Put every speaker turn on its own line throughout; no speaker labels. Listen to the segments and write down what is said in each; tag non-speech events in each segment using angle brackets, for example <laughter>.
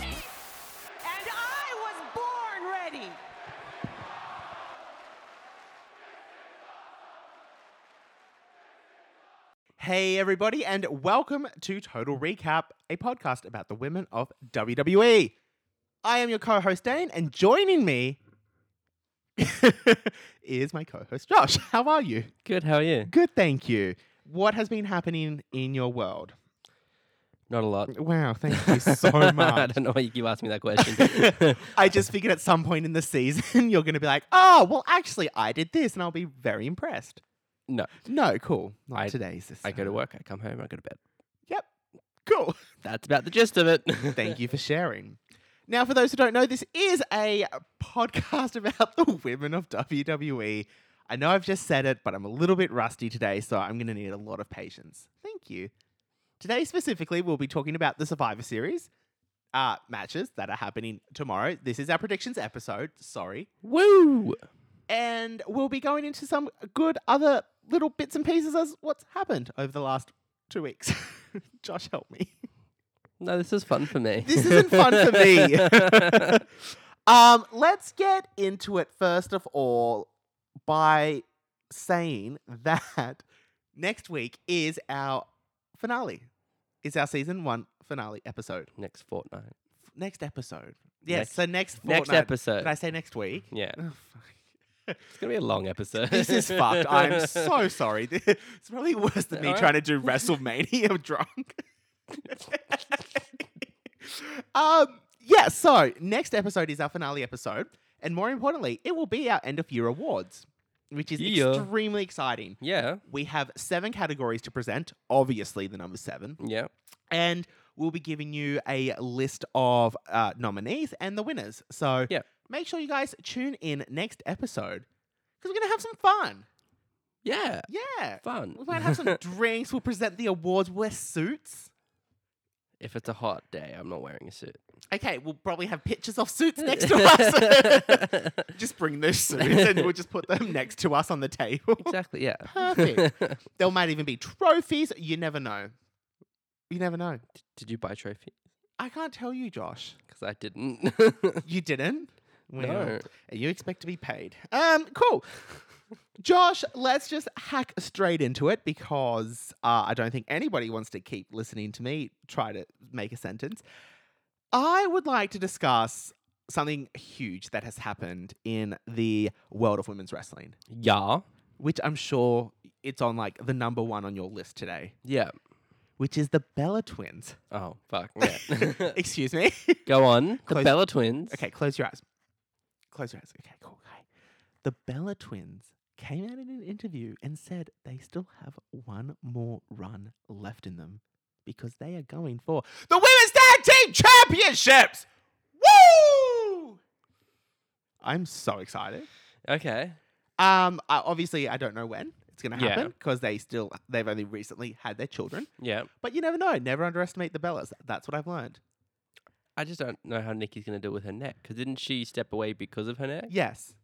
And I was born ready.
Hey, everybody, and welcome to Total Recap, a podcast about the women of WWE. I am your co host, Dane, and joining me <laughs> is my co host, Josh. How are you?
Good, how are you?
Good, thank you. What has been happening in your world?
Not a lot.
Wow, thank you <laughs> so
<laughs> I
much.
don't know why you keep asking me that question. <laughs>
I just figured at some point in the season <laughs> you're going to be like, oh, well, actually, I did this, and I'll be very impressed.
no.
No, cool. Not
I-
today's. this
I go
time.
to work, I come home, I go to bed.
Yep. Cool.
That's about the gist of it. <laughs>
Thank you for sharing. Now, for those who don't know, this is a podcast <laughs> about the women of WWE. I know I've just said it, but I'm a little bit rusty today, so I'm going to need a lot of patience. Thank you. Today, specifically, we'll be talking about the Survivor Series uh, matches that are happening tomorrow. This is our predictions episode. Sorry
Woo!
and we'll be going into some good other little bits and pieces as what's happened over the last two weeks. <laughs> Josh, help me.
No, this is fun for me.
This isn't fun for me. um, let's get into it first of all by saying that next week is our finale. Is our season one finale episode.
<laughs> Next fortnight.
Next episode. Yes,
Next-
so next
next
fortnight.
episode.
Did I say next week?
Yeah.
Oh, fuck.
It's going to be a long episode.
This is fucked.
<laughs>
I'm so sorry. <laughs> It's probably worse than me
Alright.
trying to
<laughs>
do WrestleMania <laughs> drunk. um, yeah, so next episode is our finale episode. And more importantly, it will be our end of year awards, which is
Yeah.
extremely exciting.
Yeah.
We have seven categories to present, obviously, the number seven.
Yeah.
And we'll be giving you a list of uh, nominees and the winners. So
Yeah.
make sure you guys tune in next episode because we're going to have some fun.
Yeah.
Yeah.
Fun.
We might have some drinks. We'll present the awards. Wear suits.
<laughs> if it's a hot day, I'm not wearing a suit.
Okay, we'll probably have pictures of
<laughs>
suits next to us. <laughs> just bring those suits and we'll just put them next to us on the table.
exactly, yeah.
Perfect. <laughs> There might even be trophies. You never know. You never know.
<laughs> Did you buy trophy?
I can't tell you, Josh.
Because I didn't. <laughs>
You didn't? Well,
No.
And you expect to be paid. Um, cool. Josh, let's just hack straight into it because uh, I don't think anybody wants to keep listening to me try to make a sentence. I would like to discuss something huge that has happened in the world of women's wrestling,
yeah.
which I'm sure it's on like the number one on your list today,
Yeah.
which is the Bella Twins.
Oh, fuck. <laughs> Yeah.
Excuse me. <laughs>
Go on. The
Close-
Bella twins.
Okay, close your eyes. Close your eyes. Okay, cool. Okay. The Bella twins came out in an interview and said they still have one more run left in them because they are going for the Women's Tag Team Championships. Woo! I'm so excited.
Okay.
Um, I, obviously, I don't know when it's going to
Yeah.
happen because they still they've only recently had their children.
Yeah.
But you never know. Never underestimate the Bellas. That's what I've learned.
I just don't know how Nikki's going to deal with her neck. Because didn't she step away because of her neck?
Yes.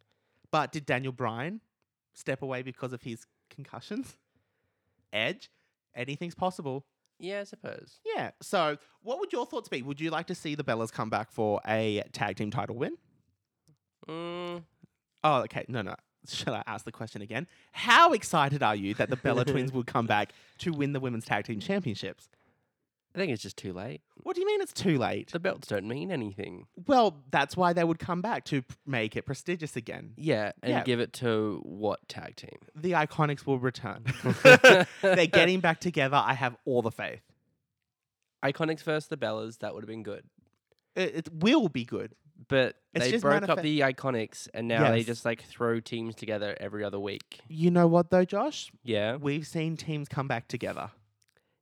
But did Daniel Bryan step away because of his concussions? Edge? Anything's possible.
Yeah, I suppose.
Yeah. So, what would your thoughts be? Would you like to see the Bellas come back for a tag team title win?
Mm,
Oh, okay. No, no. Shall I ask the question again? How excited are you that the Bella twins would come back to win the women's tag team championships?
I think it's just too late.
What do you mean it's too late?
The belts don't mean anything.
Well, that's why they would come back to p- make it prestigious again.
Yeah, and
Yeah.
give it to what tag team?
The Iconics will return. <laughs> They're getting back together. I have all the faith.
Iconics versus the Bellas. That would have been good,
it, it will be good.
but
It's
they
just
broke
manifest-
up the Iconics, and now they
Yes.
just like throw teams together every other week.
You know what though, Josh?
Yeah,
We've seen teams come back together.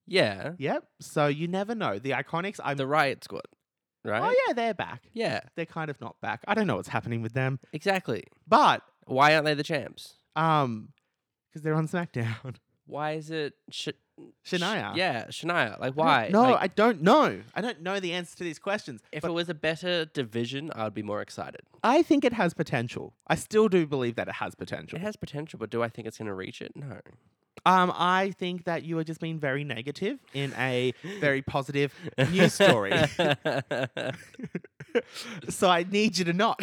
yeah.
Yep. So you never know. The Iconics, I'm.
The Riot Squad, right?
oh yeah, they're back.
yeah,
They're kind of not back. I don't know what's happening with them,
exactly.
but
Why aren't they the champs?
Um, because they're on SmackDown.
Why is it Sh- Sh-
Shania.
yeah, Shania.
I
Like <laughs> why?
don't- No,
Like,
I don't know. I don't know the answer to these questions.
if
but
it was a better division, I'd be more excited.
I think it has potential. I still do believe that it has potential.
It has potential, but do I think it's going to reach it? No.
Um, I think that you are just being very negative in a very positive news
<laughs>
story. so I need you to not.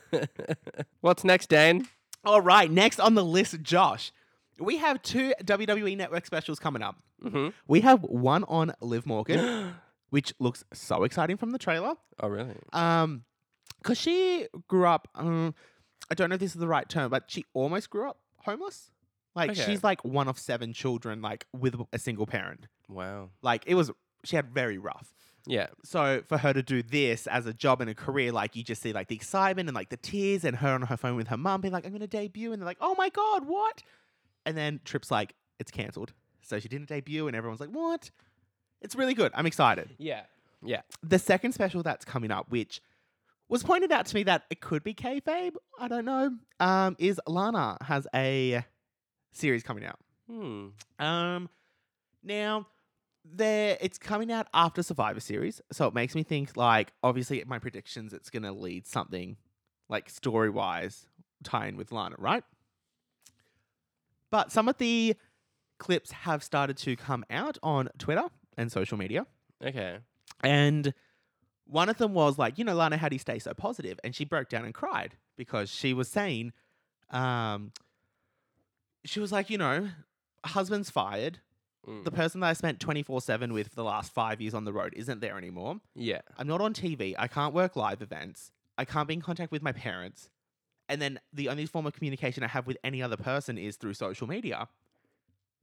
<laughs> What's next, Dane?
All right, next on the list, Josh. We have two WWE Network specials coming up.
Mhm.
We have one on Liv Morgan, which looks so exciting from the trailer.
Oh, really?
Um, cause she grew up. Um, I don't know if this is the right term, but she almost grew up homeless. Like
Okay.
she's like one of seven children, like with a single parent.
Wow.
Like it was, she had very rough.
Yeah.
So for her to do this as a job and a career, like you just see like the excitement and like the tears and her on her phone with her mum being like, "I'm gonna debut," and they're like, "Oh my god, what?" And then Trip's like, "It's cancelled." So she didn't debut, and everyone's like, "What?" It's really good. I'm excited
Yeah. Yeah.
the second special that's coming up, which was pointed out to me that it could be kayfabe, I don't know, um, is Lana has a series coming out.
Hmm.
Um, now there it's coming out after Survivor Series, so it makes me think like obviously my predictions it's gonna lead something like story wise tie in with Lana, right? But some of the clips have started to come out on Twitter and social media.
Okay.
And one of them was like, you know, Lana, how do you stay so positive? And she broke down and cried because she was saying, um, she was like, you know, husband's fired.
Mm.
The person that I spent 24 7 with for the last five years on the road isn't there anymore.
yeah.
I'm not on TV. I can't work live events. I can't be in contact with my parents. And then the only form of communication I have with any other person is through social media.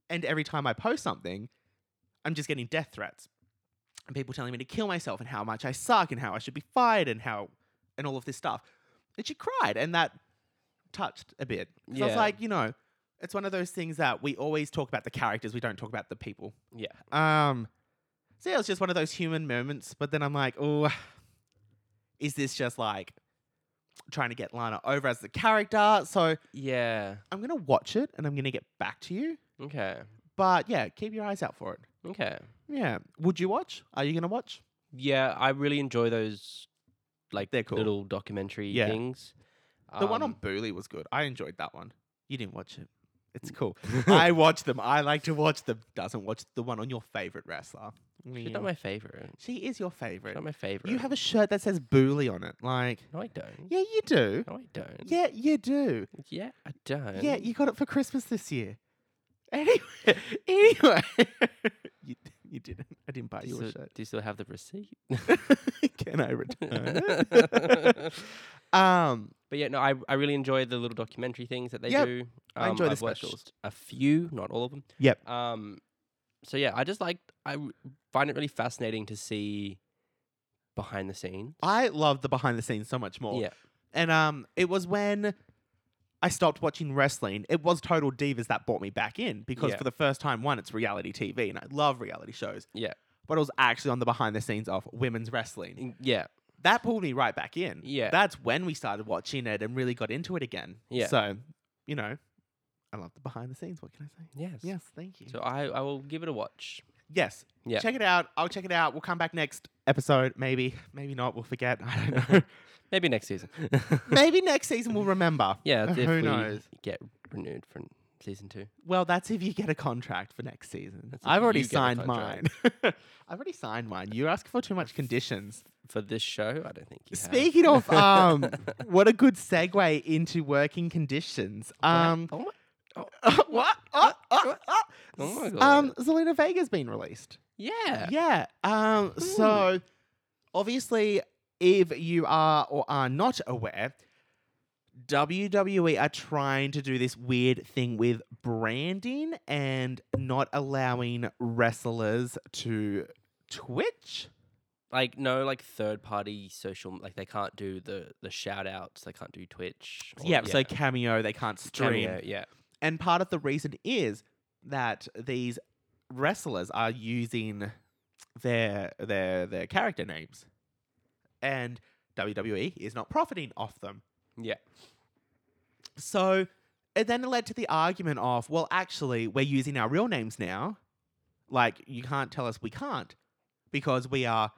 And every time I post something, I'm just getting death threats and people telling me to kill myself and how much I suck and how I should be fired and how and all of this stuff. And she cried and that touched a bit. 'Cause I was
Yeah.
like, you know, it's one of those things that we always talk about the characters, we don't talk about the people.
Yeah.
Um, so yeah, it was just one of those human moments. But then I'm like, oh, is this just like trying to get Lana over as the character? So
Yeah.
I'm gonna watch it and I'm gonna get back to you.
Okay.
But yeah, keep your eyes out for it.
Okay.
Yeah, would you watch? Are you gonna watch?
Yeah, I really enjoy those like
They're cool.
little documentary
Yeah.
things.
The one on
Um,
Booley was good. I enjoyed that one. You didn't watch it. It's cool.
<laughs>
I watch them. I like to watch them. Doesn't watch the one on your favorite wrestler.
She's not my favorite.
she is your
She's
favorite.
not my favorite.
You have a shirt that says Booley on it. Like,
No, I don't.
yeah, you do.
No, I don't.
Yeah, you do.
Yeah, I don't.
Yeah, you got it for Christmas this year. Anyway, <laughs> anyway, <laughs> you, you didn't. I didn't buy
Do you,
you a
still,
shirt. <laughs>
do you still have the receipt? <laughs>
Can I return it?
but
um,
yeah, no, I, I really enjoy the little documentary things that they
Yep,
do. Um,
I enjoy the
I've watched
specials.
A few, not all of them.
Yep.
Um, so yeah, I just like I w- find it really fascinating to see behind the scenes.
I love the behind the scenes so much more.
Yeah.
And um, it was when I stopped watching wrestling. It was Total Divas that brought me back in because
Yeah.
for the first time, one, it's reality TV, and I love reality shows.
Yeah.
But it was actually on the behind the scenes of women's wrestling.
Mm, Yeah.
that pulled me right back in.
Yeah.
That's when we started watching it and really got into it again.
Yeah.
So, you know, I love the behind the scenes. What can I say?
Yes.
Yes, thank you.
So I, I will give it a watch.
yes.
Yeah.
Check it out. I'll check it out. We'll come back next episode. Maybe. Maybe not. We'll forget. <laughs> I don't
<laughs>
know.
Maybe next season. <laughs>
maybe next season we'll remember.
yeah, if
Oh, <laughs> Who
we
knows?
get renewed for season two.
Well, that's if you get a contract for next season.
That's if
I've already
you get a
signed mine. <laughs>
contract.
I've already signed mine. You ask for too much conditions.
For this show, I don't think you have.
Speaking of,
<laughs>
um, what a good segue into working conditions. Um,
Oh my-
<laughs> what? Oh, oh, oh.
Oh my
S-
God.
Um, Zelina Vega's been released.
yeah.
Yeah. Um, so obviously, if you are or are not aware, WWE are trying to do this weird thing with branding and not allowing wrestlers to Twitch.
Like no, like third party social. Like they can't do the the shout outs. They can't do Twitch. or-
yeah, so Cameo, they can't stream.
Cameo, yeah.
And part of the reason is that these wrestlers are using their their their character names, E and WWE is not profiting off them.
Yeah.
So it then led to the argument of, well, actually, we're using our real names now. Like you can't tell us we can't because we are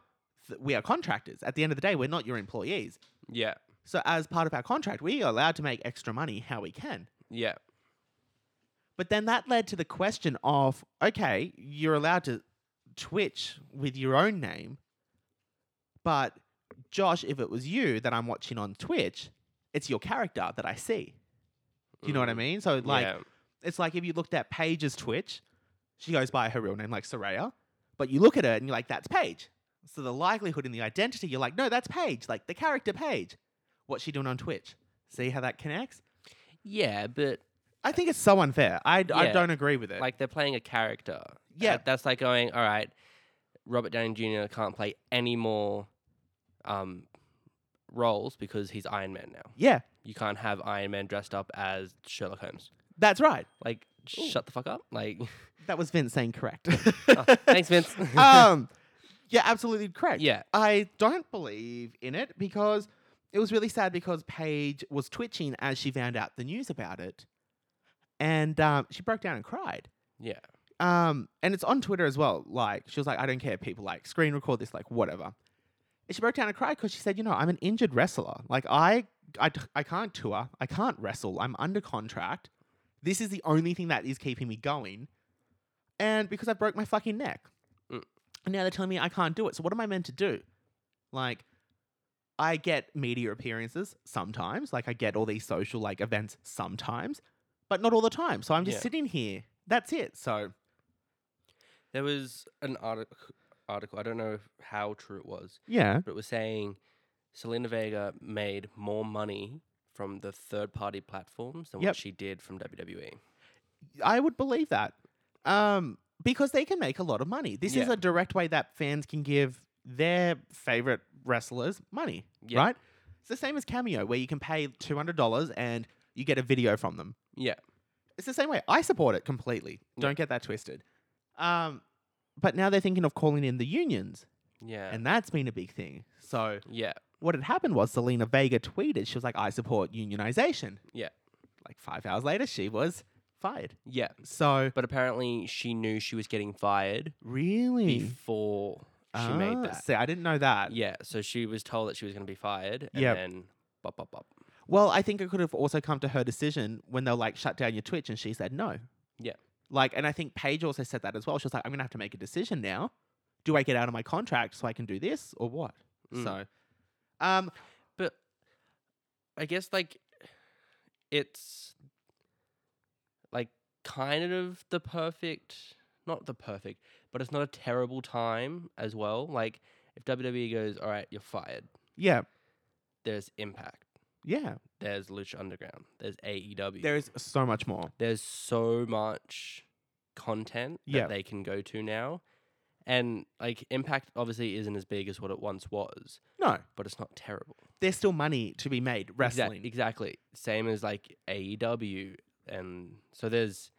th- we are contractors. At the end of the day, we're not your employees.
Yeah.
So as part of our contract, we are allowed to make extra money how we can.
Yeah.
But then that led to the question of, okay, you're allowed to Twitch with your own name, but Josh, if it was you that I'm watching on Twitch, it's your character that I see. Do you know what I
Mm.
mean? So like
yeah.
it's like if you looked at Paige's Twitch, she goes by her real name, like Soraya, but you look at her and you're like, that's Paige. So the likelihood in the identity, you're like, no, that's Paige, like the character Paige. What's she doing on Twitch? See how that connects?
Yeah, but
I think it's so unfair. I, d- I
Yeah.
don't agree with it.
like they're playing a character.
Uh, Yeah.
That- that's like going, all right, Robert Downey Jr. can't play any more um, roles because he's Iron Man now.
yeah,
You can't have Iron Man dressed up as Sherlock Holmes.
that's right.
Like, shut the fuck up. Like,
<laughs>
<laughs>
That was Vince saying <laughs> correct.
oh, <laughs>
<laughs>
thanks, Vince. <laughs>
um, yeah, absolutely correct.
Yeah.
I don't believe in it because it was really sad because Paige was twitching as she found out the news about it, and um, she broke down and cried.
yeah.
Um, and it's on Twitter as well. Like she was like, I don't care. People like screen record this, like whatever. And she broke down and cried because she said, you know, I'm an injured wrestler. Like I, I, t- I can't tour. I can't wrestle. I'm under contract. This is the only thing that is keeping me going. And because I broke my fucking neck,
Mm.
and now they're telling me I can't do it. So what am I meant to do? Like, I get media appearances sometimes. Like I get all these social like events sometimes, but not all the time. So I'm just
Yeah.
sitting here. That's it. So.
There was an article. Article. I don't know if, how true it was,
Yeah.
but it was saying Selena Vega made more money from the third-party platforms than
Yep.
what she did from E. WWE.
I would believe that. Um, because they can make a lot of money. This is
Yeah.
a direct way that fans can give their favorite wrestlers money,
Yeah.
right? It's the same as Cameo, where you can pay $200 and you get a video from them.
Yeah.
It's the same way. I support it completely.
Yeah.
Don't get that twisted. Um, but now they're thinking of calling in the unions,
Yeah.
and that's been a big thing. So,
yeah.
what had happened was Selena Vega tweeted, she was like, I support unionization.
Yeah.
Like five hours later, she was fired.
Yeah.
So,
But apparently she knew she was getting fired
Really?
before she made
Hmm. Ah,
that.
See, I didn't know that.
Yeah. So she was told that she was going to be fired and
Yep.
then bop, bop, bop.
Well, I think it could have also come to her decision when they'll like shut down your Twitch and she said no.
Yeah.
Like, and I think Paige also said that as well. She was like, I'm going to have to make a decision now. Do I get out of my contract so I can do this or what?
Mm.
So, um,
But I guess like it's like kind of the perfect, not the perfect, but it's not a terrible time as well. Like if WWE goes, all right, you're fired,
yeah,
there's Impact,
yeah.
there's Lucha Underground, there's AEW.
There is so much more.
there's so much content
Yeah.
that they can go to now. And like Impact obviously isn't as big as what it once was,
No,
but it's not terrible.
there's still money to be made
Exact-
wrestling.
exactly. Same as like AEW and so there's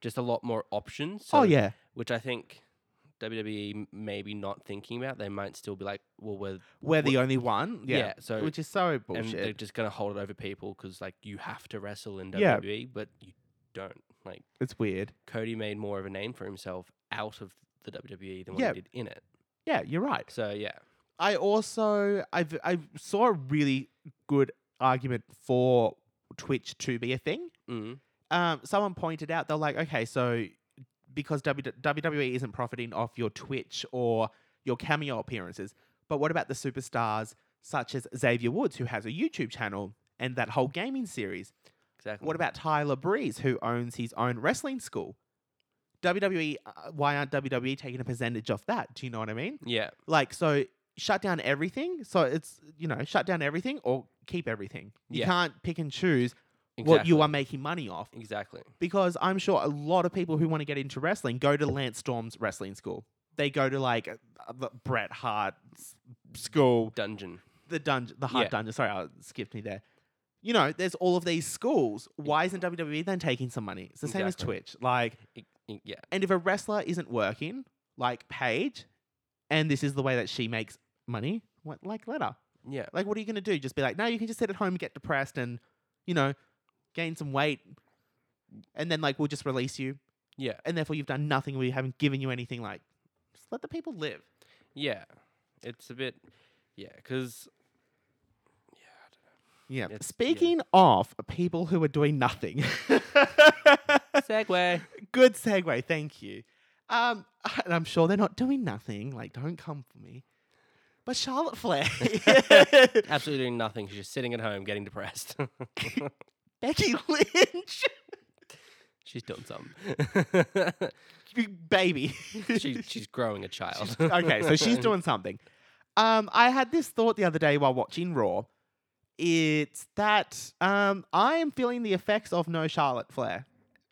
just a lot more options.
oh,
so-
yeah.
Which I think WWE m- maybe not thinking about. They might still be like, well, we're
We're the
wh-
only one. Yeah.
yeah, so
Which is so
and they're
bullshit.
just gonna hold it over people because like you have to wrestle in
Yeah.
WWE, but you don't. Like
It's weird.
Cody made more of a name for himself out of the WWE than what
Yeah.
he did in it.
Yeah, you're right.
So yeah,
I also I've I saw a really good argument for Twitch to be a thing.
mm,
Um, someone pointed out they're like, okay, so because WW- WWE E isn't profiting off your Twitch or your cameo appearances, but what about the superstars such as Xavier Woods who has a YouTube channel and that whole gaming series?
exactly.
What about Tyler Breeze who owns his own wrestling school? WWE, uh, why aren't WWE taking a percentage off that? Do you know what I mean?
yeah,
like so shut down everything so it's you know shut down everything or keep everything you
Yeah.
can't pick and choose
exactly.
what you are making money off
exactly.
because i'm sure a lot of people who want to get into wrestling go to lance storm's wrestling school they go to like uh, the bret hart's school
Dungeon.
the dungeon the hard
Yeah.
dungeon sorry i skipped me there you know there's all of these schools why isn't wwe then taking some money it's the same as
Exactly.
twitch like
I- I- yeah,
and if a wrestler isn't working, like Paige, and this is the way that she makes money, what like let her.
yeah,
Like, what are you gonna do? Just be like, no, you can just sit at home, get depressed, and you know, gain some weight, and then like we'll just release you,
Yeah.
and therefore you've done nothing. We haven't given you anything. Like, just let the people live.
Yeah. It's a bit. Yeah. Because.
Yeah.
It's- yeah.
Speaking of people who are doing
<laughs>
nothing. <laughs>
Segway.
Good segue, thank you. Um, <laughs> and I'm sure they're not doing nothing. Like, don't come for me. But Charlotte
<laughs>
Flair, <laughs>
Absolutely doing nothing. She's just sitting at home getting depressed. <laughs>
Becky Lynch, <laughs>
she's doing something.
baby.
<laughs>
<laughs>
she, she's growing a child.
okay, so
<laughs>
she's doing something. Um, I had this thought the other day while watching Raw. It's that um, I am feeling the effects of no Charlotte Flair.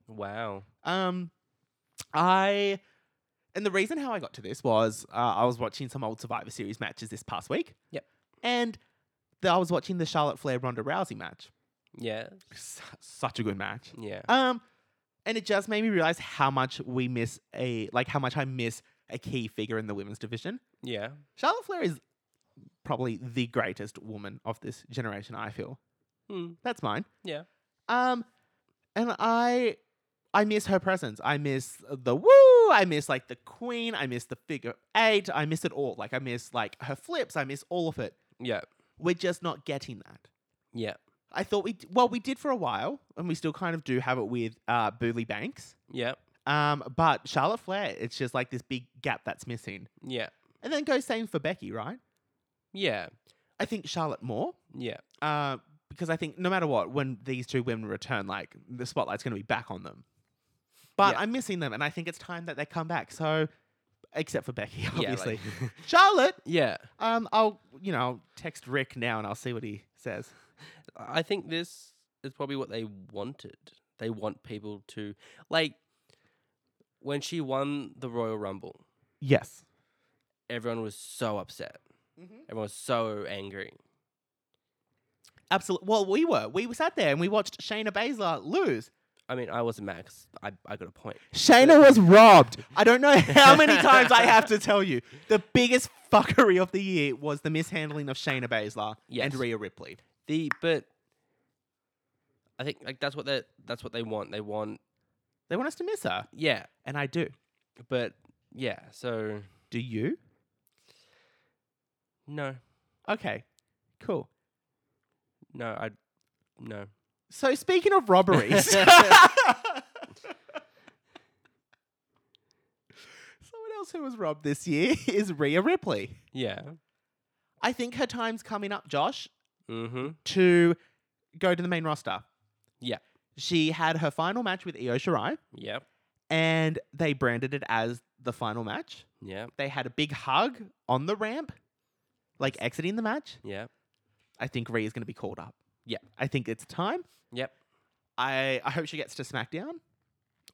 Wow.
Um, I and the reason how I got to this was uh, I was watching some old Survivor Series matches this past week.
Yep.
And th- I was watching the Charlotte Flair Ronda Rousey match.
Yeah.
S- such a good match.
Yeah.
Um, and it just made me realize how much we miss a like how much I miss a key figure in the women's division.
Yeah.
Charlotte Flair is probably the greatest woman of this generation. I feel
Hmm.
that's mine.
Yeah.
Um, and I, I miss her presence. I miss the woo. I miss like the queen. I miss the figure eight. I miss it all. Like I miss like her flips. I miss all of it.
Yeah.
We're just not getting that.
Yeah.
I thought we d- well we did for a while, and we still kind of do have it with uh, Booley Banks.
Yeah.
Um, but Charlotte Flair, it's just like this big gap that's missing.
Yeah.
And then goes same for Becky, right?
Yeah.
I think Charlotte more.
Yeah.
Uh, because I think no matter what, when these two women return, like the spotlight's going to be back on them. But
Yeah.
I'm missing them, and I think it's time that they come back. So, except for Becky, <laughs>
Yeah,
obviously,
<laughs> like-
Charlotte.
yeah.
Um, I'll you know I'll text Rick now, and I'll see what he says.
I think this is probably what they wanted. They want people to like when she won the Royal Rumble,
Yes.
everyone was so upset.
Mhm.
Everyone was so angry.
Absolutely. Well, we were. We sat there and we watched Shayna Baszler lose.
I mean, I wasn't mad 'cause I, I got a point.
Shayna was robbed. I don't know how many times I have to tell you. The biggest fuckery of the year was the mishandling of Shayna Baszler
Yes.
and Rhea Ripley.
The but I think like that's what they that's what they want. They want
They want us to miss her,
yeah,
and I do.
but yeah. So
Do you?
no,
Okay, cool.
no, I
<laughs>
no. <laughs>
So speaking of robberies, someone else who was robbed this year <laughs> is Rhea Ripley.
Yeah.
I think her time's coming up, Josh,
Mm-hmm.
to go to the main roster.
Yeah.
She had her final match with Io Shirai,
Yep.
and they branded it as the final match.
Yep.
They had a big hug on the ramp, like exiting the match.
Yep.
I think Rhea's going to be called up.
Yeah.
I think it's time.
Yep.
I, I hope she gets to SmackDown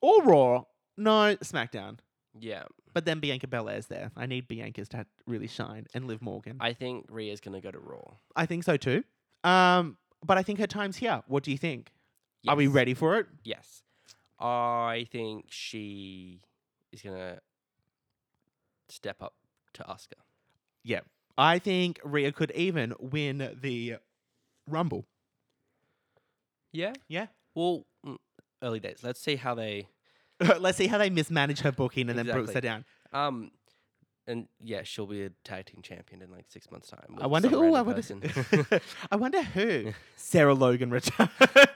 or Raw. No, SmackDown.
Yeah.
But then Bianca Belair's there. I need Bianca's to really shine and Liv Morgan. I,
I think Rhea's gonna go to Raw.
think so too. Um, but I think her time's here. What do you think? Are we
Yes.
ready for it?
Yes. I think she is going to step up to Oscar.
Yeah. I think Rhea could even win the Rumble. <laughs>
Yeah?
Yeah.
Well, mm, early days. Let's see how they
Let's see how they mismanage her booking and then brooks her
Exactly.
down.
um and yeah, she'll be a tag team champion in like 6 months time.
I
with
wonder
some
who. <laughs> I
random
wonder.
person.
I wonder who. Sarah Logan returns.
<laughs>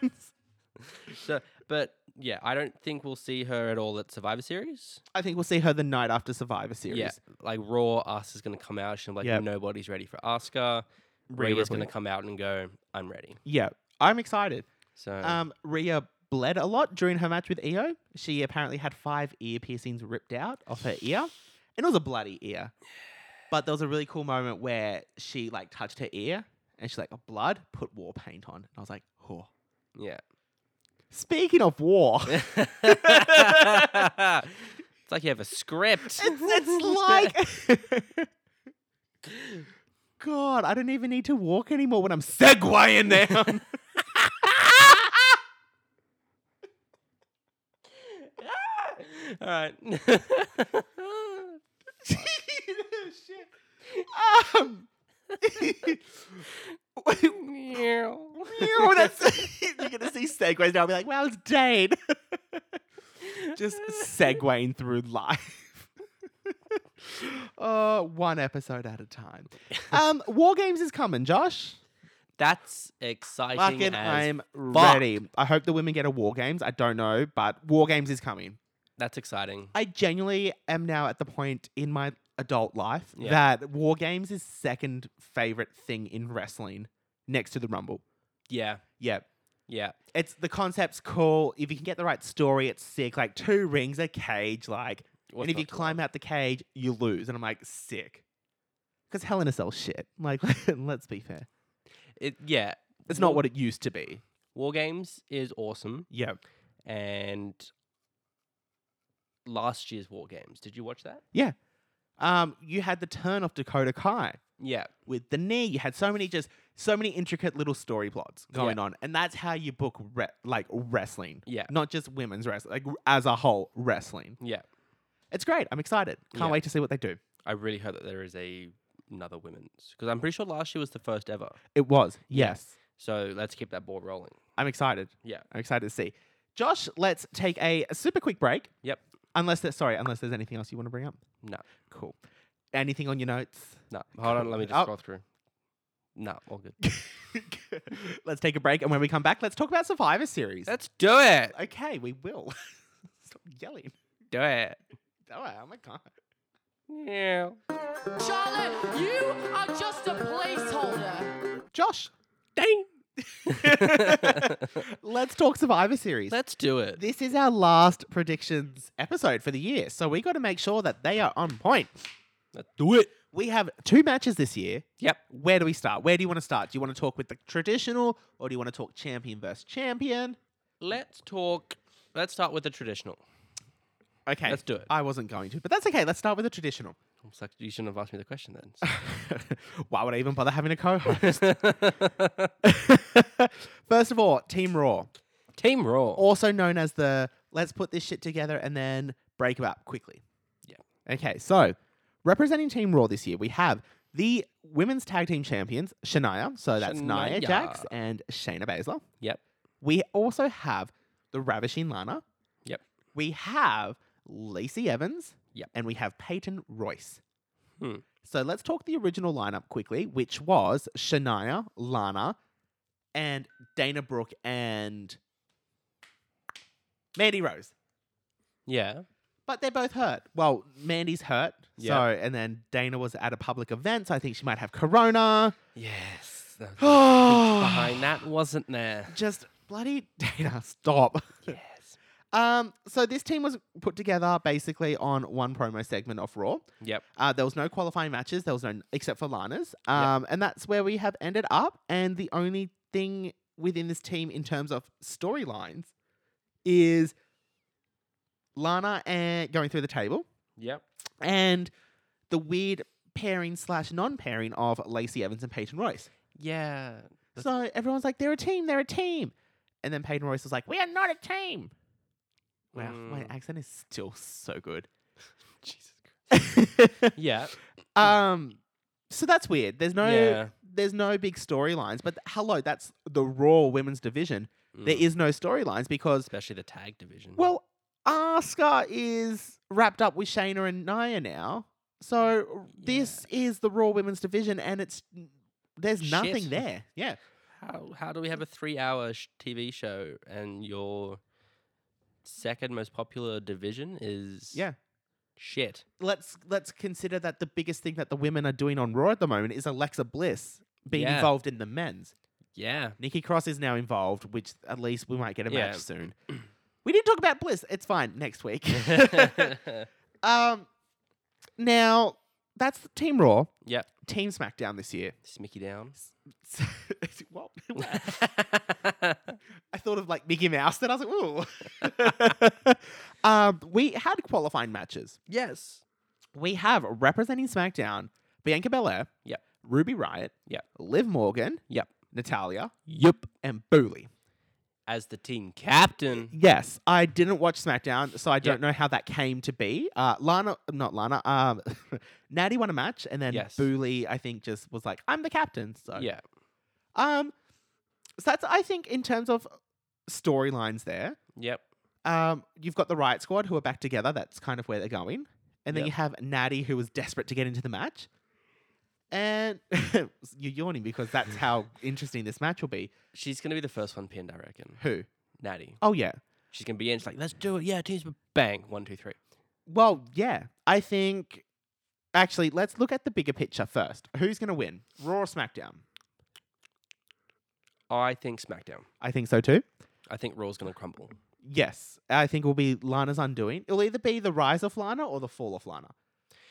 <laughs>
so, but yeah, I don't think we'll see her at all at Survivor Series.
I think we'll see her the night after Survivor Series.
Yeah. Like Raw us is going to come out she'll be like
Yep.
nobody's ready for Oscar.
Rhea
Rhea's going
Ripley.
to come out and go, "I'm ready."
Yeah, I'm excited.
So,
Um, Rhea bled a lot during her match with Io. She apparently had five ear piercings ripped out off her ear, and it was a bloody ear. But there was a really cool moment where she like touched her ear, and she's like, oh, "Blood, put war paint on." And I was like, "Oh." <laughs>
yeah. <laughs>
Speaking of war,
it's like you have a script.
<laughs> it's, it's like. <laughs> God, I don't even need to walk anymore when I'm segueing <laughs> down.
<laughs> All right. <laughs>
<laughs> Shit. Um, meow, <laughs> that's- <laughs> you're gonna see segues now. I'll be like, "Wow, it's Dane." <laughs> Just segueing through life. <laughs> uh, one episode at a time. <laughs> Um, War Games is coming, Josh.
That's exciting.
Fucking,
as-
I'm
fuck.
ready. I hope the women get a War Games. I don't know, but War Games is coming.
That's exciting.
I genuinely am now at the point in my adult life
Yeah.
that War Games is second favorite thing in wrestling next to the Rumble.
Yeah,
Yeah.
yeah.
It's the concept's cool. If you can get the right story, it's sick. Like two rings, a cage, like
What's
and if
not
you
to love?
climb out the cage, you lose. And I'm like, sick. Because Hell in a Cell shit. <laughs> Like let's be fair.
it, yeah,
It's not
War-
what it used to be.
War Games is awesome,
Yeah.
and last year's War Games. Did you watch that?
Um, you had the turn off Dakota Kai.
Yeah,
with the knee. You had so many just so many intricate little story plots going on, and that's how you book re- like wrestling,
yeah,
not just women's wrestling, like as a whole wrestling.
yeah.
It's great. I'm excited. Can't
Yeah.
wait to see what they do.
I really hope that there is a another women's because I'm pretty sure last year was the first ever.
It was
Yeah.
yes.
So let's keep that ball rolling.
I'm excited.
Yeah.
I'm excited to see. Josh, let's take a super quick break.
Yep.
Unless there's sorry, unless there's anything else you want to bring up.
No.
Cool. Anything on your notes? <laughs>
No, hold on. Let me just
Oh.
scroll through. No, all good.
let's take a break, and when we come back, let's talk about Survivor Series.
Let's do it.
okay. We will. <laughs> Stop yelling.
Do it.
Oh, oh my god.
Yeah.
Charlotte, you are just a placeholder.
Josh,
Dang.
let's talk Survivor Series.
<laughs> Let's do it.
this is our last predictions episode for the year, so we got to make sure that they are on point.
Let's do it.
We have two matches this year.
Yep.
Where do we start? Where do you want to start? Do you want to talk with the traditional, or do you want to talk champion versus champion?
Let's talk. Let's start with the traditional.
Okay,
Let's do it.
I wasn't going to, but that's okay. Let's start with the
<laughs>
traditional.
It's like you shouldn't have asked me the question then. <laughs>
Why would I even bother having a co-host?
So-
First of all, Team Raw,
Team Raw.
also known as the let's put this shit together and then break it up quickly.
Yeah.
Okay, so representing Team Raw this year, we have the women's tag team champions, Shania. So that's Nia
Shania.
Jax and Shayna Baszler.
Yep.
We also have the ravishing Lana.
Yep.
We have Lacey Evans.
Yep.
And we have Peyton Royce.
Hmm.
So let's talk the original lineup quickly, which was Shania, Lana, and Dana Brooke and Mandy Rose.
Yeah.
But they're both hurt. Well, Mandy's hurt.
Yeah.
So, and then Dana was at a public event. So I think she might have
<sighs>
corona.
Yes. <gasps> The
Oh.
<sighs> behind that wasn't there.
Just bloody <laughs> Dana, stop.
Yes.
<laughs> Um, so this team was put together basically on one promo segment of Raw.
Yep.
Uh, there was no qualifying matches. There was no except for Lana's. Um, and that's where we have ended up. And the only thing within this team in terms of storylines is Lana and going through the table
Yep.
and the weird pairing slash non pairing of Lacey Evans and Peyton Royce.
Yeah. That's-
So everyone's like, they're a team. They're a team. And then Peyton Royce was like, we are not a team. Wow, my
Mm.
accent is still so good.
<laughs>
<laughs>
Jesus Christ. Yeah.
Um, so that's weird. There's no
Yeah.
there's no big storylines, but hello, that's the Raw Women's Division. There
Mm.
is no storylines because
Especially the tag division.
well, Asuka is wrapped up with Shayna and Nia now. So
Mm.
this is the Raw Women's Division, and it's there's
Shit.
nothing there. Yeah,
how how do we have a three hour sh- TV show and your second most popular division is
yeah.
shit?
Let's let's consider that the biggest thing that the women are doing on Raw at the moment is Alexa Bliss being
Yeah.
involved in the men's.
Yeah.
Nikki Cross is now involved, which at least we might get a
Yeah.
match soon. <clears throat> We didn't talk about Bliss. It's fine next
<laughs>
week. <laughs>
yep.
um, now that's the Team Raw, <laughs> Team SmackDown this year. <laughs>
Smicky down. <laughs>
what? I thought of like Mickey Mouse, then I was like, ooh. <laughs> um, we had qualifying matches.
yes.
We have representing SmackDown Bianca Belair,
Yep.
Ruby Riot,
Yep.
Liv Morgan,
Yep.
Natalia,
Yep.
and Booley.
As the team captain.
Yes, I didn't watch SmackDown, so I don't
Yep.
know how that came to be. Uh, Lana, not Lana, um, <laughs> Natty won a match, and then
Yes.
Booley, I think, just was like, "I'm the captain." So
Yeah.
um, So that's I think in terms of storylines there.
Yep.
Um, you've got the Riot Squad who are back together. That's kind of where they're going. And then
Yep.
you have Natty who was desperate to get into the match. And <laughs> you're yawning because that's how <laughs> interesting this match will be.
She's gonna be the first one pinned, I reckon.
Who?
Natty.
Oh yeah.
She's gonna be in. She's like, let's do it. Yeah, teams. Bang. One, two, three.
Well, yeah. I think actually let's look at the bigger picture first. Who's gonna win? Raw or SmackDown?
I think SmackDown.
I think so too.
I think Raw's gonna crumble.
Yes. I think it will be Lana's undoing. It'll either be the rise of Lana or the fall of Lana.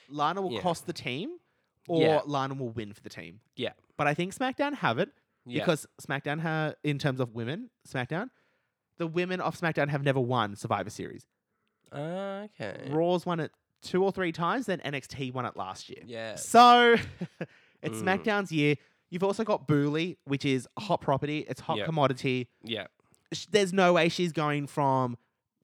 Lana will
Yeah.
cost the team or
Yeah.
Lana will win for the team.
Yeah.
But I think SmackDown have it
Yeah.
because SmackDown ha- in terms of women, SmackDown, the women of SmackDown have never won Survivor Series.
okay.
Raw's won it two or three times, then NXT won it last year.
Yeah.
So <laughs> it's
Mm.
SmackDown's year. You've also got Booley, which is hot property. It's hot
Yep.
commodity.
Yeah.
Sh- There's no way she's going from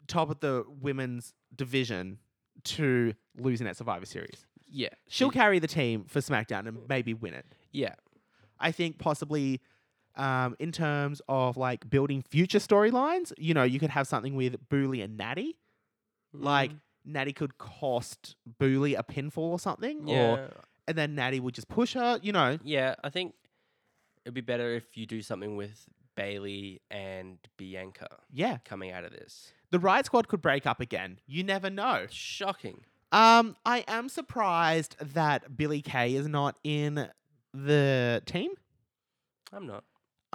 top of the women's division to losing at Survivor Series.
Yeah.
She'll
She-
carry the team for SmackDown and maybe win it.
yeah.
I think possibly um, in terms of like building future storylines, you know, you could have something with Booley and Natty. Like
Mhm.
Natty could cost Booley a pinfall or something, or
Yeah.
and then Natty would just push her. You know,
Yeah. I think it'd be better if you do something with Bailey and Bianca
yeah,
coming out of this.
the Riot Squad could break up again. You never know.
Shocking.
Um, I am surprised that Billy Kay is not in the team.
I'm not.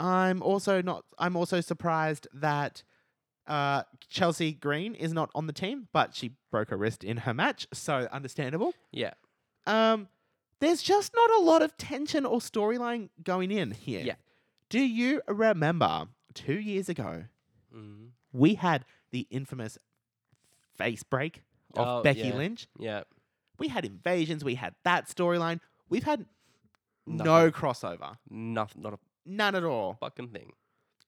I'm also not. I'm also surprised that uh, Chelsea Green is not on the team, but she broke her wrist in her match, so understandable.
Yeah.
Um, there's just not a lot of tension or storyline going in here.
Yeah.
Do you remember two years ago
Mhm.
we had the infamous face break of
Oh,
Becky
yeah.
Lynch?
Yeah.
We had invasions. We had that storyline. We've had no
Nothing.
crossover,
Nothing. Not a
none at all.
fucking thing.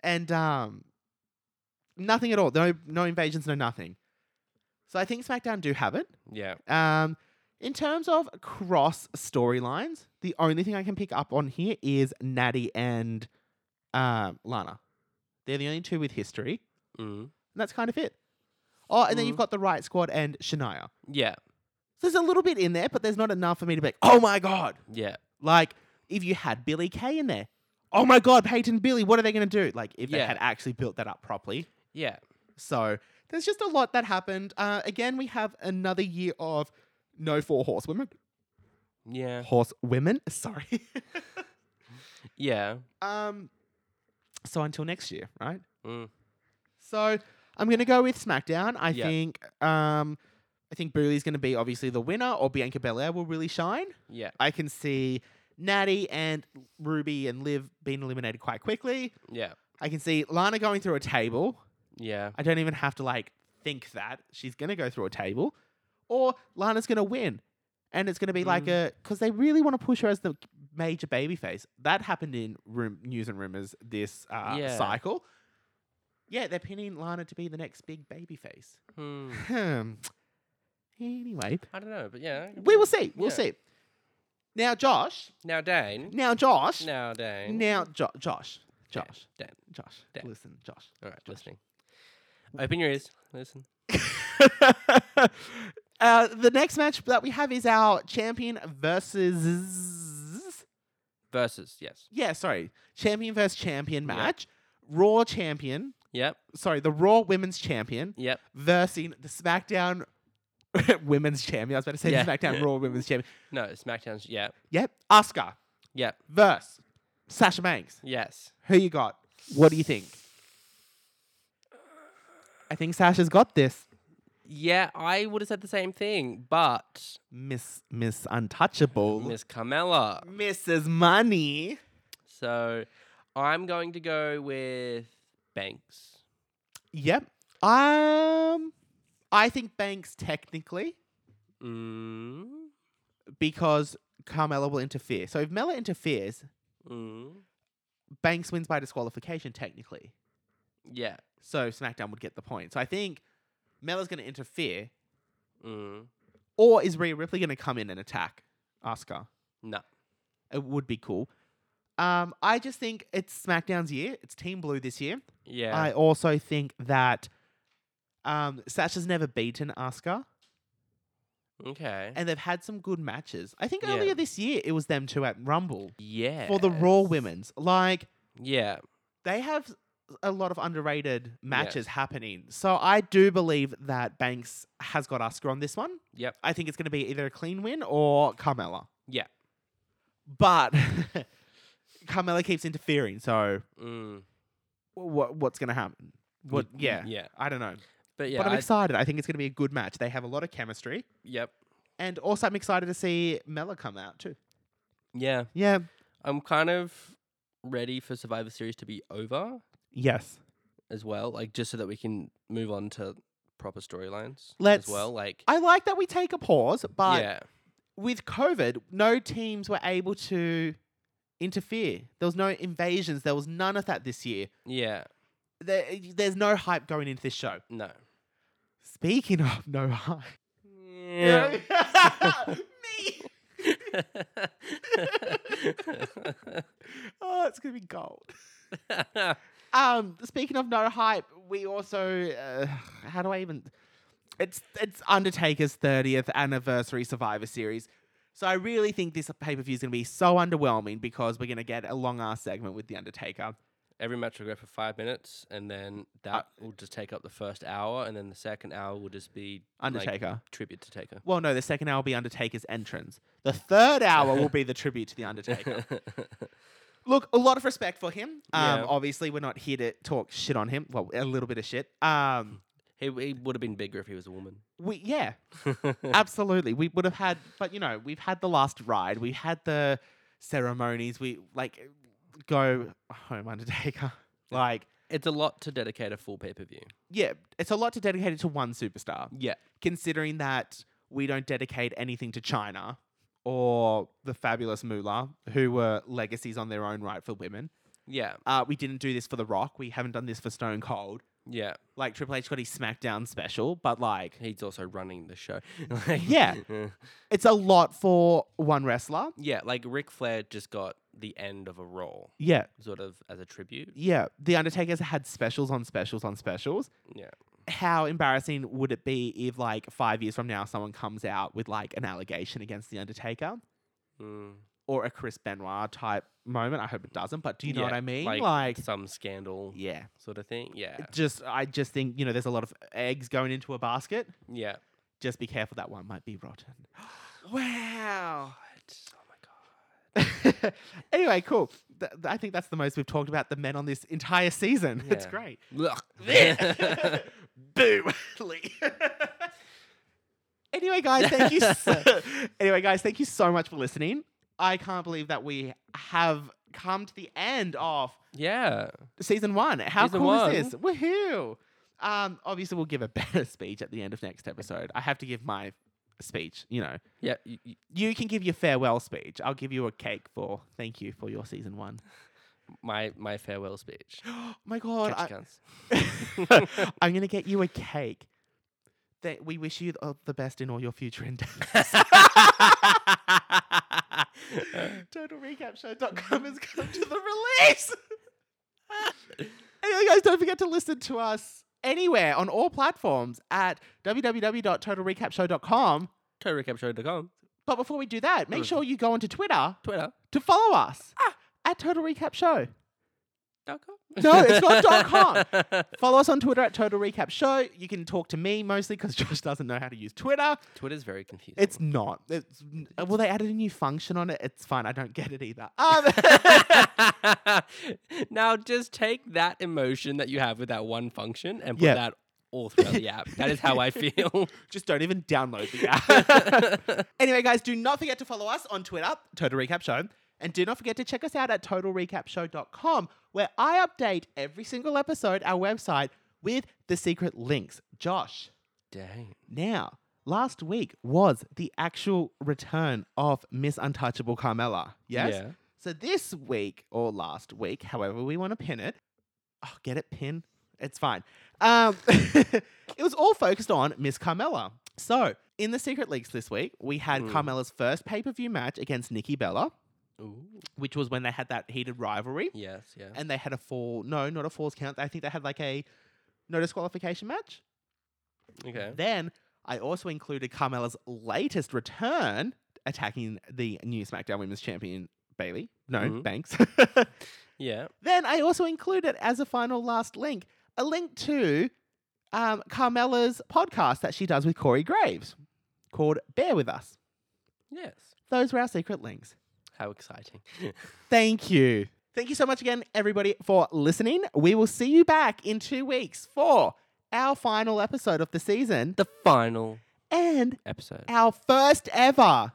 and um, nothing at all. No, no invasions, no nothing. So I think SmackDown do have it.
Yeah.
Um, in terms of cross storylines, the only thing I can pick up on here is Natty and um, Lana. They're the only two with history,
Mm.
and that's kind of it. Oh, and then you've got the Riot Squad and Shania.
Yeah.
So there's a little bit in there, but there's not enough for me to be like, oh my god.
Yeah.
Like, if you had Billy Kay in there, oh my god, Peyton Billy, what are they going to do? Like, if they
Yeah.
had actually built that up properly.
Yeah.
So there's just a lot that happened. Uh, again, we have another year of no four horsewomen.
Yeah.
Horsewomen, sorry. <laughs>
Yeah.
um, so until next year, right?
Mm.
So I'm gonna go with SmackDown. I
Yeah.
think um, I think Booley's gonna be obviously the winner, or Bianca Belair will really shine.
Yeah.
I can see Natty and Ruby and Liv being eliminated quite quickly.
Yeah.
I can see Lana going through a table.
Yeah.
I don't even have to like think that she's gonna go through a table, or Lana's gonna win, and it's gonna be like
Mm.
a because they really want to push her as the major babyface. That happened in room news and rumors this uh,
Yeah.
cycle. Yeah, they're pinning Lana to be the next big
<clears throat>
babyface.
Hmm.
Hmm. anyway,
I don't know, but yeah.
we will see. We'll
Yeah.
see. Now, Josh.
Now, Dane.
Now, Josh.
Now, Dane.
Now, jo- Josh.
Dan,
Josh.
Dan.
Josh.
Dan.
Listen, Josh.
All right, listening. Open your ears. Listen.
<laughs> uh, the next match that we have is our champion versus.
Versus. Yes.
Yeah, sorry. Champion versus champion
Yeah.
match. Raw champion.
Yep.
Sorry, the Raw women's champion
Yep.
versus the SmackDown <laughs> women's champion. I was about to say
Yeah.
the SmackDown Raw women's champion.
No. SmackDown's. Yeah.
Yep. Asuka
Yep.
versus Sasha Banks.
Yes.
Who you got? What do you think? I think Sasha's got this.
Yeah. I would have said the same thing, but
Miss Miss Untouchable.
Miss Carmella.
Mrs. Money.
So, I'm going to go with Banks.
Yep. Um, I think Banks technically
Mm.
because Carmella will interfere. So if Mella interferes,
Mm.
Banks wins by disqualification technically.
Yeah.
So SmackDown would get the point. So I think Mella's going to interfere,
Mm.
or is Rhea Ripley going to come in and attack Asuka?
No.
It would be cool. Um, I just think it's SmackDown's year. It's Team Blue this year.
Yeah.
I also think that um, Sasha's never beaten Asuka,
okay.
<laughs> and they've had some good matches. I think
Yeah.
earlier this year it was them two at Rumble
yeah.
for the Raw Women's. Like
Yeah.
they have a lot of underrated matches happening. So I do believe that Banks has got Asuka on this one.
Yep.
I think it's going to be either a clean win or Carmella.
Yeah. <laughs>
But Carmella keeps interfering, so
Mm.
what what's going to happen? What yeah.
Yeah.
I don't know.
But yeah.
but I'm
I-
excited. I think it's going to be a good match. They have a lot of chemistry.
yep.
And also, I'm excited to see Mella come out too.
Yeah.
Yeah.
I'm kind of ready for Survivor Series to be over
Yes.
as well, like just so that we can move on to proper storylines
Let's-
as well. Like,
I like that we take a pause, but
yeah,
with COVID, no teams were able to interfere. There was no invasions. There was none of that this year.
yeah,
There, there's no hype going into this show.
no,
Speaking of no hype.
<laughs> yeah.
<laughs> Me. Oh, it's going to be gold. Um, speaking of no hype, we also uh, how do I even? It's it's Undertaker's thirtieth anniversary Survivor Series, so I really think this pay per view is going to be so underwhelming because we're going to get a long ass segment with the Undertaker.
<laughs> Every match will go for five minutes, and then that will just take up the first hour, and then the second hour will just be like,
Undertaker.
tribute to Taker.
well, no, the second hour will be Undertaker's entrance. The third hour will be the tribute to the
<laughs>
Undertaker. Look, a lot of respect for him. Um,
Yeah.
obviously we're not here to talk shit on him. Well, a little bit of shit. Um,
he, he would have been bigger if he was a woman.
we yeah, Absolutely. We would have had, but you know, we've had the last ride. We had the ceremonies. We like go home, Undertaker. Like,
<laughs> it's a lot to dedicate a full pay per view.
yeah, it's a lot to dedicate it to one superstar,
Yeah,
considering that we don't dedicate anything to China or the fabulous Moolah, who were legacies on their own right for women.
yeah,
Uh, we didn't do this for The Rock. We haven't done this for Stone Cold.
yeah.
Like, Triple H got his SmackDown special, but like,
He's also running the show. <laughs>
Yeah. it's a lot for one wrestler.
Yeah, like Ric Flair just got the end of a role,
Yeah,
sort of as a tribute.
yeah, The Undertaker's had specials on specials on specials.
Yeah.
How embarrassing would it be if, like, five years from now, someone comes out with, like, an allegation against The Undertaker
Mm.
or a Chris Benoit type moment? I hope it doesn't, but do you know what
Yeah,
I mean? Like,
like, Some scandal
yeah.
sort of thing. Yeah.
Just, I just think, you know, there's a lot of eggs going into a basket.
Yeah.
Just be careful, that one might be rotten. <laughs> wow.
Oh my god.
anyway, cool. Th- th- I think that's the most we've talked about the men on this entire season. <laughs> It's
Yeah.
great. <laughs>
<laughs> Look.
Boo, Lee. <laughs> anyway, guys, thank you. So,
<laughs>
anyway, guys, thank you so much for listening. I can't believe that we have come to the end of
yeah.
season one. How
Season
cool
one.
is this? Woohoo! Um, obviously, we'll give a <laughs> better speech at the end of next episode. I have to give my speech. You know,
Yeah. y- y-
you can give your farewell speech. I'll give you a cake for thank you for your season one. <gasps> Oh
my my farewell speech.
my God,
Catch
I-
cans.
<laughs> I'm gonna get you a cake. That we wish you all the best in all your future endeavors. TotalRecapShow.com has come to the release. anyway, guys, don't forget to listen to us anywhere on all platforms at www.totalrecapshow.com.
TotalRecapShow.com,
But before we do that, make
Mm.
sure you go onto Twitter
Twitter.
to follow us at Total Recap Show.
Dot com.
No, it's not dot com. Follow us on Twitter at Total Recap Show. You can talk to me mostly because <laughs> Josh doesn't know how to use Twitter.
<laughs> Twitter's very confusing.
It's not. It's, uh, well, they added a new function on it. It's fine. I don't get it either. <laughs> Um,
<laughs> now just take that emotion that you have with that one function and put
Yeah.
that all throughout the app. That is how I feel.
<laughs> just don't even download the app. <laughs> anyway, guys, do not forget to follow us on Twitter, Total Recap Show. And do not forget to check us out at totalrecapshow.com, where I update every single episode, our website, with the secret links. Josh.
Dang.
Now, last week was the actual return of Miss Untouchable Carmella. Yes?
Yeah.
So this week or last week, however we want to pin it, oh, get it pin. It's fine. Um, <laughs> it was all focused on Miss Carmella. So in the Secret Leagues this week, we had
Mm.
Carmella's first pay per view match against Nikki Bella.
Ooh.
which was when they had that heated rivalry
Yes, yeah.
and they had a fall. No, not a falls count. I think they had like a no disqualification match. Uh,
okay.
Then I also included Carmella's latest return, attacking the new SmackDown Women's Champion Bailey. No,
Mhm.
Banks.
Yeah.
<laughs> then I also included as a final last link a link to um, Carmella's podcast that she does with Corey Graves called Bear with Us.
Yes.
Those were our secret links.
How exciting. <laughs>
Thank you. Thank you so much again, everybody, for listening. We will see you back in two weeks for our final episode of the season
the final
and
episode.
our first ever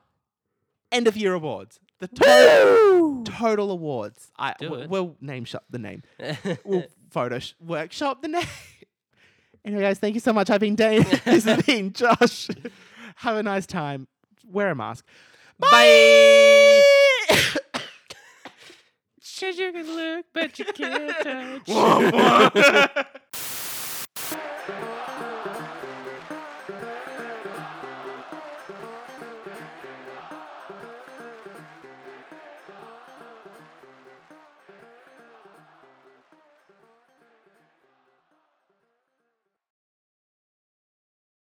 end of year awards. The total,
Woo!
total awards. I
Do
w-
it.
we'll name shop the name.
<laughs>
We'll photo sh- workshop the name. <laughs> Anyway, guys, thank you so much. I've been Dane. this
<laughs>
has been Josh. <laughs> Have a nice time. Wear a mask. <laughs> Bye.
Says you can look, but you can't touch.
Whoa, whoa.